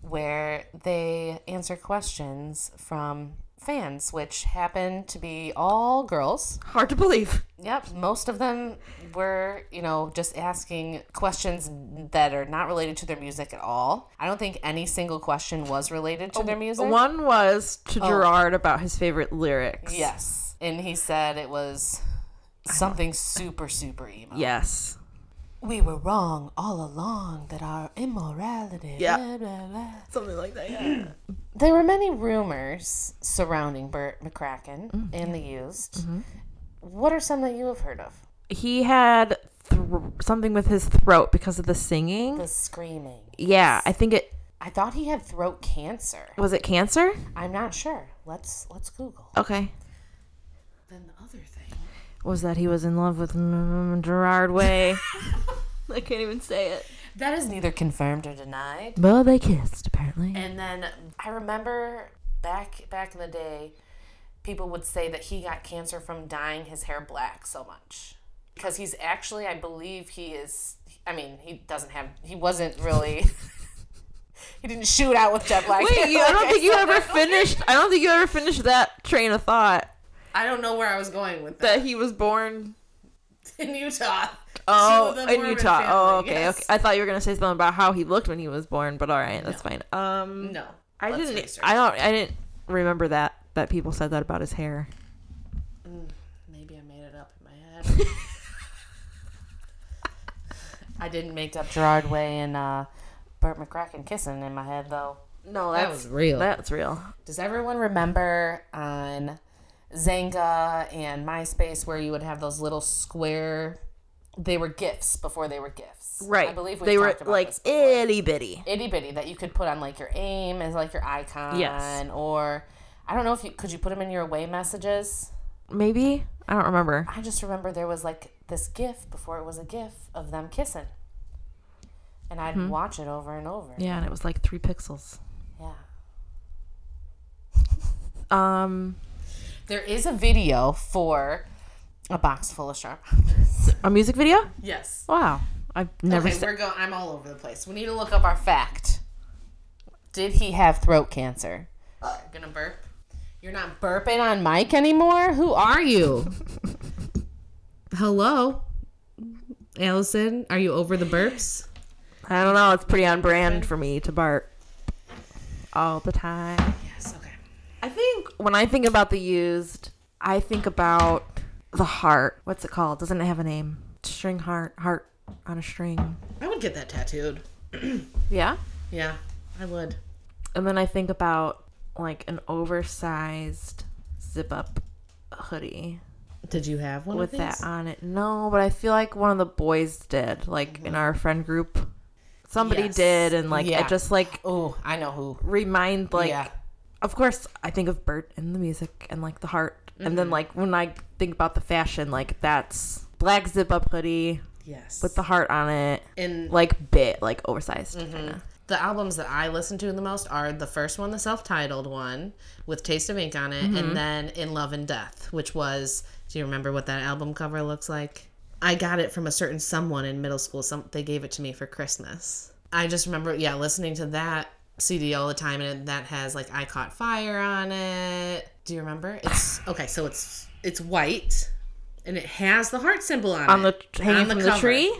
A: where they answer questions from fans, which happen to be all girls.
B: Hard to believe.
A: Yep, most of them were, you know, just asking questions that are not related to their music at all. I don't think any single question was related to their music.
B: One was to Gerard about his favorite lyrics.
A: Yes. And he said it was something super, super emo.
B: Yes.
A: We were wrong all along that our immorality.
B: Yeah.
A: blah, blah, blah.
B: Something like that. Yeah.
A: There were many rumors surrounding Burt McCracken
B: Mm,
A: and the used.
B: Mm-hmm.
A: What are some that you have heard of?
B: he had thr something with his throat because of the singing.
A: The screaming.
B: Yeah, I think it
A: I thought he had throat cancer.
B: was it cancer.
A: I'm not sure. Let's let's Google.
B: Okay,
A: Then the other thing.
B: was that he was in love with mm, Gerard Way? I can't even say it.
A: That is neither confirmed or denied.
B: Well, they kissed apparently.
A: And then I remember back back in the day, people would say that he got cancer from dyeing his hair black so much because he's actually, I believe, he is. I mean, he doesn't have. He wasn't really. he didn't shoot out with jet black. hair
B: Wait, you, I
A: like
B: don't think you
A: said.
B: ever finished. I don't think you ever finished that train of thought
A: I don't know where I was going with that.
B: that he was born.
A: In Utah.
B: Oh,
A: To the
B: in
A: Mormon
B: Utah. oh,
A: family,
B: okay,
A: yes.
B: okay. I thought you were gonna say something about how he looked when he was born, but all right, that's fine. Um,
A: No.
B: I
A: Let's
B: didn't.
A: research.
B: I don't. I didn't remember that that people said that about his hair.
A: Maybe I made it up in my head. I didn't make up Gerard Way and uh, Burt McCracken kissing in my head though.
B: No,
A: was real.
B: That's real.
A: Does everyone remember on Zanga and MySpace where you would have those little square? They were gifts before they were gifts,
B: Right.
A: I believe we
B: they were
A: talked about
B: like
A: this
B: itty bitty.
A: itty bitty that you could put on like your aim as like your icon,
B: Yes.
A: or I don't know if you could you put them in your away messages.
B: Maybe I don't remember.
A: I just remember there was like this gif before it was a gif of them kissing. And I'd watch it over and over.
B: Mm-hmm. Yeah, and it was like three pixels.
A: Yeah.
B: Um,
A: There is a video for a box full of sharp.
B: a music video.
A: yes.
B: Wow, I've never.
A: Okay,
B: seen
A: we're going I'm all over the place. We need to look up our fact. Did he have throat cancer? I'm gonna burp. You're not burping on mic anymore? Who are you? Hello? Allison, are you over the burps?
B: I don't know. It's pretty on brand for me to bark all the time.
A: Yes, okay.
B: I think when I think about the used, I think about the heart. What's it called? Doesn't it have a name? String heart, heart on a string.
A: I would get that tattooed.
B: Yeah.
A: Yeah, I would.
B: And then I think about like an oversized zip up hoodie
A: Did you have one
B: with
A: of these?
B: that on it. No, but I feel like one of the boys did, like in our friend group. Somebody
A: Yes.
B: did, and like
A: Yeah.
B: it just like
A: Oh, I know who.
B: remind like
A: yeah.
B: of course I think of Bert and the music and like the heart. And
A: Mm-hmm.
B: then like when I think about the fashion, like that's black zip up hoodie
A: Yes.
B: with the heart on it.
A: and Mm-hmm.
B: Like bit, like oversized. kinda.
A: the albums that I listen to the most are the first one, the self-titled one with Taste of Ink on it,
B: Mm-hmm.
A: and then In Love and Death, which was. Do you remember what that album cover looks like? I got it from a certain someone in middle school. Some they gave it to me for Christmas. I just remember, yeah, listening to that CD all the time, and that has like "I Caught Fire" on it. Do you remember? It's okay. So it's it's white, and it has the heart symbol on,
B: On the
A: it
B: hanging
A: on
B: from the
A: cover.
B: tree.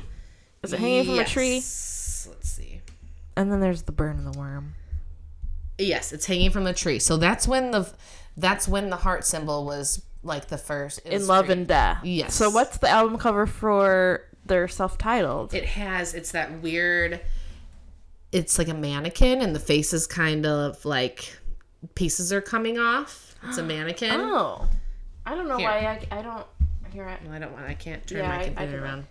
B: Is it hanging from a tree?
A: Yes. Let's see.
B: And then there's the burn and the worm.
A: Yes, it's hanging from the tree. So that's when the that's when the heart symbol was like the first it
B: In
A: was
B: Love
A: free.
B: and Death.
A: Yes.
B: So what's the album cover for their self titled?
A: it has it's that weird it's like a mannequin and the face is kind of like pieces are coming off. It's a mannequin.
B: Oh. I don't know
A: Here.
B: why I, I don't hear it.
A: Well, I don't want I can't turn
B: Yeah, I-
A: my
B: I
A: computer
B: can-
A: around.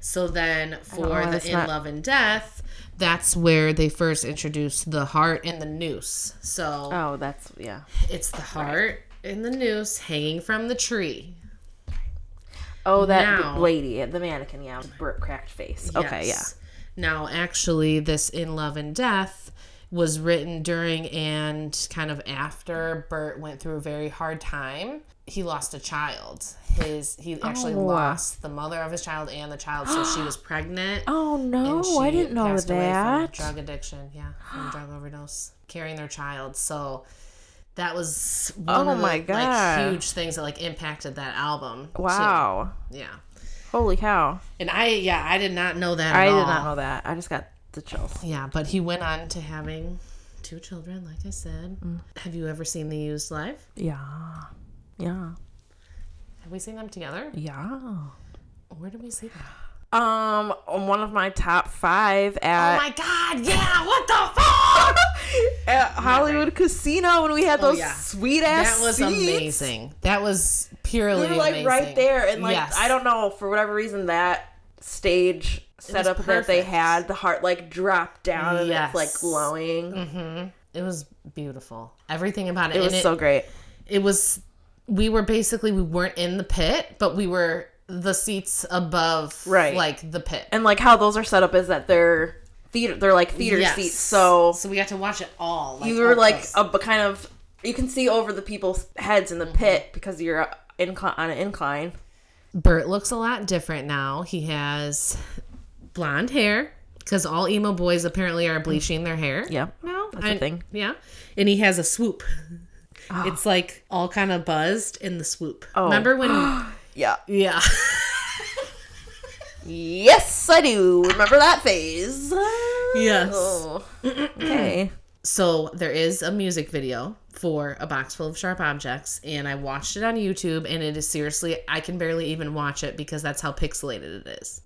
A: So then
B: know
A: for
B: why
A: the
B: that's
A: In
B: not-
A: Love and Death, that's where they first introduced the heart and the noose. So
B: Oh, that's yeah.
A: it's the heart and the noose hanging from the tree.
B: Oh, that
A: Now-
B: lady, the mannequin, yeah, with the cracked face. Okay, yeah.
A: Yes. Now, actually, this In Love and Death was written during and kind of after Bert went through a very hard time. He lost a child. His he actually
B: Oh.
A: lost the mother of his child and the child, so she was pregnant.
B: Oh no,
A: and
B: I
A: she
B: didn't know
A: passed away from
B: that.
A: drug addiction, yeah, from drug overdose, carrying their child. So that was one
B: Oh
A: of the
B: my God.
A: like huge things that like impacted that album. too.
B: Wow.
A: Yeah.
B: Holy cow.
A: And I yeah, I did not know that.
B: I
A: at
B: did
A: all.
B: not know that. I just got the chills.
A: Yeah, but he went on to having two children, like I said. Have you ever seen The Used Live?
B: Yeah. Yeah.
A: Have we seen them together?
B: Yeah.
A: Where did we see them?
B: Um, on one of my top five
A: Oh
B: at
A: my god, yeah, what the fuck?
B: at Hollywood Casino when we had those
A: Oh, yeah.
B: sweet ass
A: That was
B: seats.
A: amazing. That was purely
B: They were like right
A: amazing.
B: there, and like
A: Yes.
B: I don't know for whatever reason that stage setup that they
A: perfect.
B: had, the heart like dropped down and
A: Yes.
B: it's like glowing.
A: It was beautiful. Everything about it.
B: It was so great.
A: it was we were basically we weren't in the pit, but we were the seats above
B: Right.
A: like the pit.
B: and like how those are set up is that they're theater they're like theater
A: Yes.
B: seats so
A: so we got to watch it all. Like,
B: you
A: up
B: were like
A: close.
B: a b- kind of you can see over the people's heads in
A: Mm-hmm.
B: the pit because you're uh, incline on an incline
A: Bert looks a lot different now. He has blonde hair because all emo boys apparently are bleaching their hair.
B: yeah
A: No,
B: That's a thing.
A: Yeah, and he has a swoop.
B: Ah.
A: It's like all kind of buzzed in the swoop.
B: Oh.
A: Remember when?
B: yeah
A: yeah.
B: yes i do remember that phase
A: yes.
B: oh okay
A: So there is a music video for a box full of sharp objects, and I watched it on YouTube, and it is seriously I can barely even watch it because that's how pixelated it is.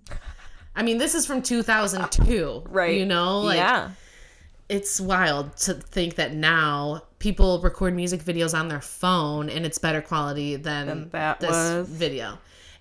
A: I mean, this is from 2002,
B: right
A: You know, like
B: yeah
A: it's wild to think that now people record music videos on their phone and it's better quality than,
B: that
A: this
B: was.
A: video.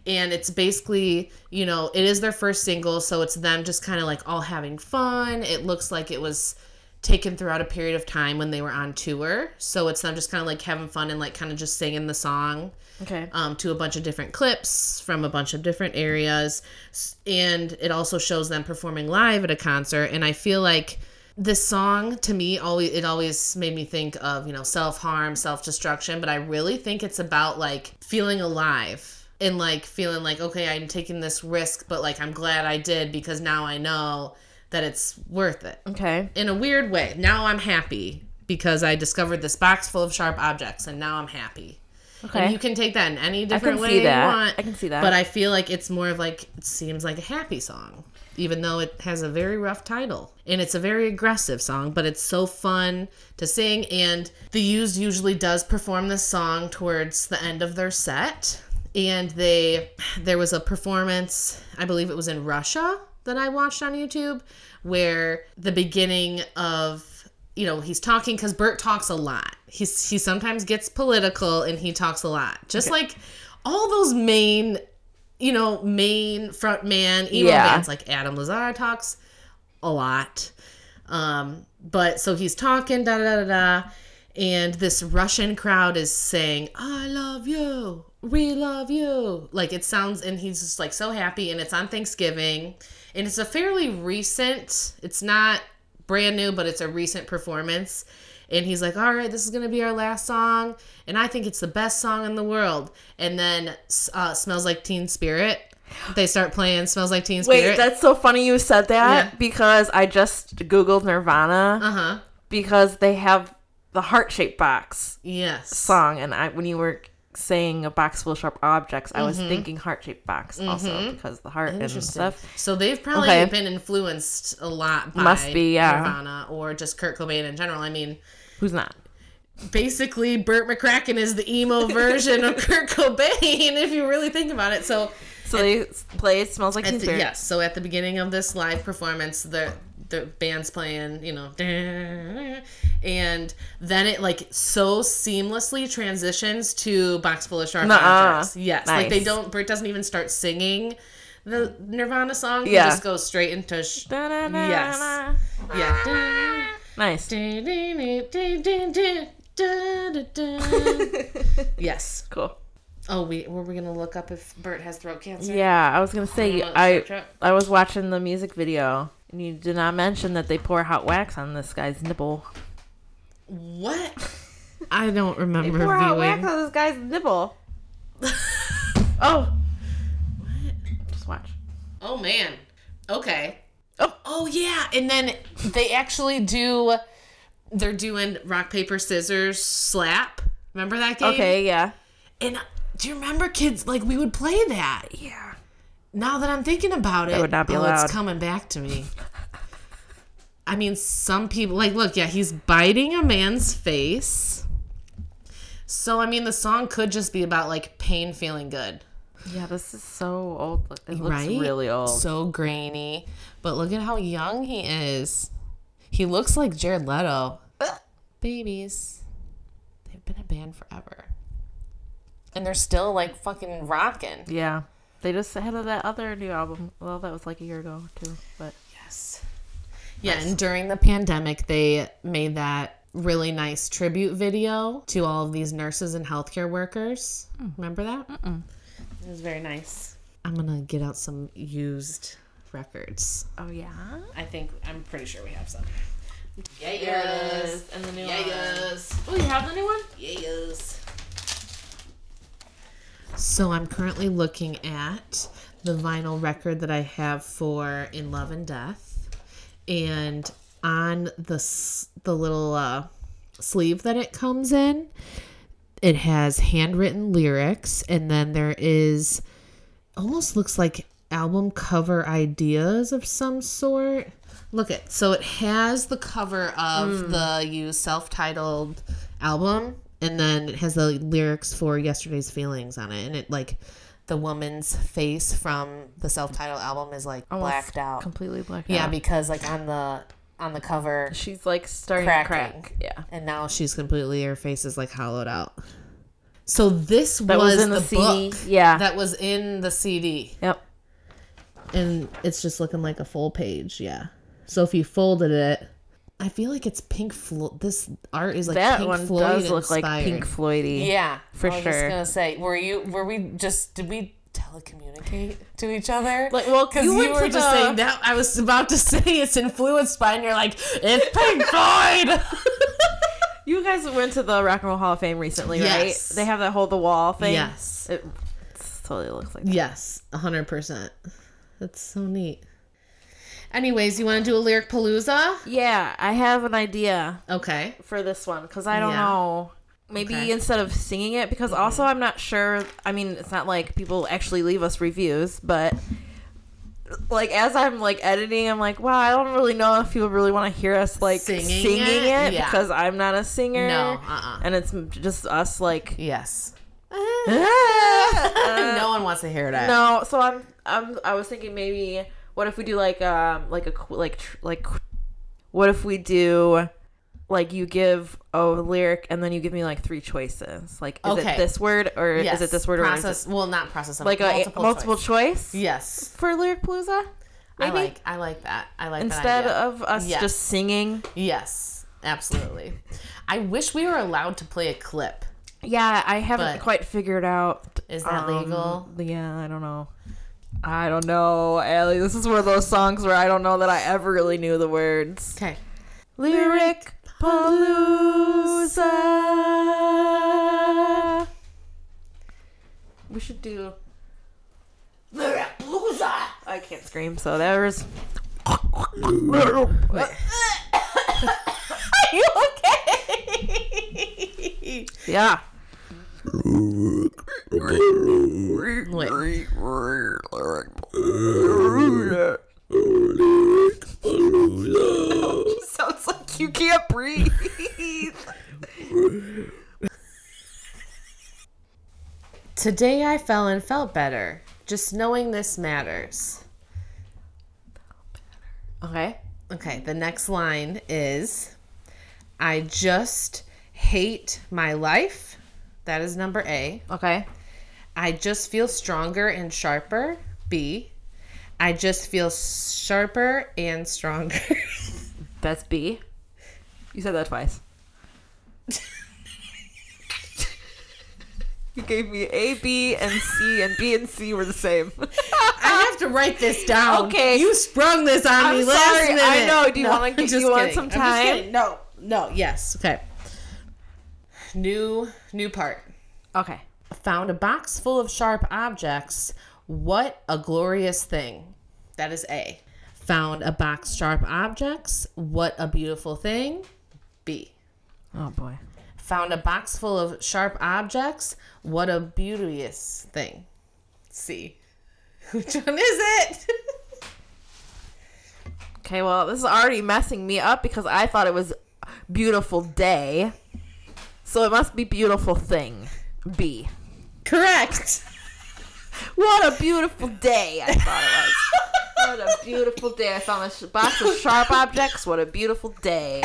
A: And it's basically, you know, it is their first single, so it's them just kind of like all having fun. It looks like it was taken throughout a period of time when they were on tour. So it's them just kind of like having fun and like kind of just singing the song
B: okay
A: um, to a bunch of different clips from a bunch of different areas. S- And it also shows them performing live at a concert. And I feel like this song to me always it always made me think of you know self-harm self-destruction but i really think it's about like feeling alive and like feeling like okay i'm taking this risk but like i'm glad i did because now i know that it's worth it
B: okay
A: in a weird way. Now I'm happy because I discovered this box full of sharp objects and now I'm happy.
B: Okay.
A: And you can take that in any
B: I
A: different
B: can
A: way
B: see that.
A: you want.
B: I can see that.
A: But I feel like it's more of like it seems like a happy song, even though it has a very rough title and it's a very aggressive song. But it's so fun to sing, and the used usually does perform this song towards the end of their set. And they, there was a performance, I believe it was in Russia that I watched on YouTube, where the beginning of you know he's talking because Bert talks a lot. He's he sometimes gets political and he talks a lot, just like all those main, you know, main front man emo
B: Yeah.
A: bands like Adam Lazar talks a lot. Um, but so he's talking da da da da, da, and this Russian crowd is saying "I love you." We love you. Like it sounds, and he's just like so happy, and it's on Thanksgiving, and it's a fairly recent. It's not brand new, but it's a recent performance. And he's like, "All right, this is gonna be our last song, and I think it's the best song in the world." And then, uh, "Smells Like Teen Spirit," they start playing "Smells Like Teen
B: Wait,
A: Spirit."
B: that's so funny you said that
A: Yeah.
B: because I just Googled Nirvana
A: uh huh.
B: because they have the heart shaped box
A: Yes.
B: song. And I, when you were saying a box full of sharp objects, I
A: Mm-hmm.
B: was thinking heart shaped box also because the heart and stuff.
A: So they've probably
B: Okay.
A: been influenced a lot by
B: Must be, yeah.
A: Nirvana or just Kurt Cobain in general. I mean,
B: Who's not?
A: basically, Burt McCracken is the emo version of Kurt Cobain, if you really think about it. So,
B: So they play It Smells Like
A: at
B: Teen
A: the-
B: Spirit.
A: yes. So at the beginning of this live performance, the the band's playing, you know, and then it like so seamlessly transitions to Box Full of Sharp
B: Nuh-uh.
A: Objects. Yes, like they
B: Nice.
A: don't. Bert doesn't even start singing the Nirvana song.
B: Yeah.
A: He just goes straight into. Sh-
B: Da-da-da-da.
A: Yes. yeah.
B: Nice.
A: yes.
B: cool.
A: Oh, we were we gonna look up if Bert has throat cancer?
B: Yeah, I was gonna say
A: Hold on,
B: I
A: search it.
B: I was watching the music video and you did not mention that they pour hot wax on this guy's nipple.
A: What? I don't
B: They
A: remember
B: pour hot wax
A: viewing.
B: on this guy's nipple. Oh, just watch.
A: oh man. Okay.
B: Oh.
A: Oh yeah, and then they actually do. They're doing rock paper scissors slap. Remember that game?
B: Okay, yeah,
A: And do you remember kids? Like we would play that.
B: yeah.
A: Now that I'm thinking about it,
B: would not be
A: oh,
B: allowed.
A: it's coming back to me. I mean, some people like look, yeah, he's biting a man's face. So I mean, the song could just be about like pain feeling good,
B: Yeah, this is so old. It looks
A: right?
B: really old.
A: so grainy. But look at how young he is. He looks like Jared Leto. Babies, they've been a band forever, and they're still like fucking rocking.
B: yeah, they just had that other new album. Well, that was like a year ago too, but
A: Yes. Yeah, and during the pandemic, they made that really nice tribute video to all of these nurses and healthcare workers. Remember that? Mm. Mm-mm. It was very nice. I'm gonna get out some used records.
B: oh yeah.
A: I think I'm pretty sure we have some. Yeah,
B: and the new
A: Oh, you have the new one? Yes. So I'm currently looking at the vinyl record that I have for In Love and Death, and on the s- the little uh, sleeve that it comes in, it has handwritten lyrics, and then there is almost looks like album cover ideas of some sort. Look at so it has the cover of the you self-titled album and then it has the lyrics for yesterday's feelings on it and it like the woman's face from the self-titled album is like blacked out.
B: completely blacked
A: Oh, yeah,
B: out.
A: because like on the on the cover
B: she's like starting to
A: Cracking.
B: crack. Yeah.
A: and now she's completely her face is like hollowed out. So this
B: That was,
A: was,
B: in the,
A: the,
B: CD.
A: book
B: Yeah.
A: that was in the CD.
B: yep.
A: and it's just looking like a full page. Yeah. So if you folded it, I feel like it's Pink Floyd. This art is like
B: that
A: Pink
B: one
A: Floyd
B: does look
A: inspired.
B: like Pink Floydy.
A: Yeah,
B: for
A: I was just
B: sure.
A: gonna say, were you? Were we just? Did we telecommunicate to each other?
B: Like, well,
A: because
B: you
A: you,
B: went
A: were
B: to
A: just
B: the-
A: saying that. I was about to say it's influenced by, and you're like, it's Pink Floyd.
B: You guys went to the Rock and Roll Hall of Fame recently,
A: Yes.
B: right? They have that hold the wall thing.
A: Yes.
B: It totally looks like that.
A: yes, hundred percent. That's so neat. Anyways, you want to do a lyric palooza?
B: Yeah, I have an idea
A: Okay.
B: for this one because I don't
A: Yeah.
B: know. Maybe
A: Okay.
B: instead of singing it, because also I'm not sure. I mean, it's not like people actually leave us reviews, but like as I'm like editing, I'm like, wow, I don't really know if people really want to hear us like
A: Singing
B: singing,
A: it?
B: it,
A: Yeah.
B: because I'm not a singer.
A: No, uh-uh.
B: and it's m- just us like.
A: Yes.
B: "Ah."
A: no one wants to hear that.
B: No, so I'm, I'm I was thinking maybe what if we do like um like a qu- like tr- like qu- what if we do like you give a lyric and then you give me like three choices like is
A: Okay.
B: it this word or
A: Yes.
B: is it this word or is
A: process?
B: it
A: well, not process.
B: like a multiple,
A: multiple, choice.
B: choice,
A: Yes,
B: for lyric palooza
A: I like. I like that. I like
B: instead
A: that idea.
B: of us
A: Yes.
B: just singing
A: Yes, absolutely. I wish we were allowed to play a clip.
B: yeah I haven't
A: But-
B: quite figured out
A: Is that
B: um,
A: legal?
B: yeah I don't know. I don't know, Allie. This is one of those songs where I don't know that I ever really knew the words.
A: Okay.
B: Lyric Palooza. We should do. I can't scream, so there's.
A: Are you okay?
B: Yeah.
A: Wait.
B: Sounds like you can't breathe.
A: Today I fell and felt better. Just knowing this matters.
B: okay.
A: Okay, the next line is I just hate my life. That is number A.
B: Okay.
A: I just feel stronger and sharper. B. I just feel sharper and stronger.
B: That's B. You said that twice. you gave me A, B, and C, and B and C were the same.
A: I have to write this down.
B: Okay.
A: You sprung this on
B: I'm
A: me last
B: sorry, I
A: minute.
B: know. Do you wanna-
A: I'm just
B: you want
A: kidding.
B: some
A: I'm just
B: time?
A: kidding. No. No. Yes. Okay. New new part.
B: okay.
A: Found a box full of sharp objects. What a glorious thing. That is A. Found a box sharp objects. What a beautiful thing. B.
B: Oh boy.
A: Found a box full of sharp objects. What a beauteous thing. C. Which one is it?
B: Okay, well, this is already messing me up because I thought it was beautiful day. So it must be beautiful thing. B.
A: Correct.
B: What a beautiful day, I thought it was. what a beautiful day. I found a sh- box of sharp objects. What a beautiful day.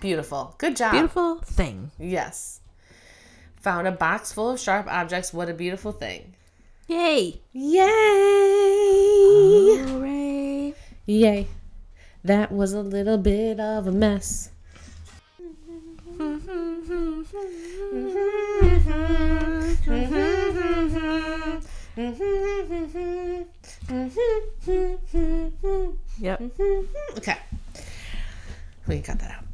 A: Beautiful. Good job.
B: Beautiful thing.
A: Yes. Found a box full of sharp objects. What a beautiful thing.
B: Yay.
A: Yay!
B: Hooray.
A: Ah. Yay. That was a little bit of a mess. Okay. We cut that out.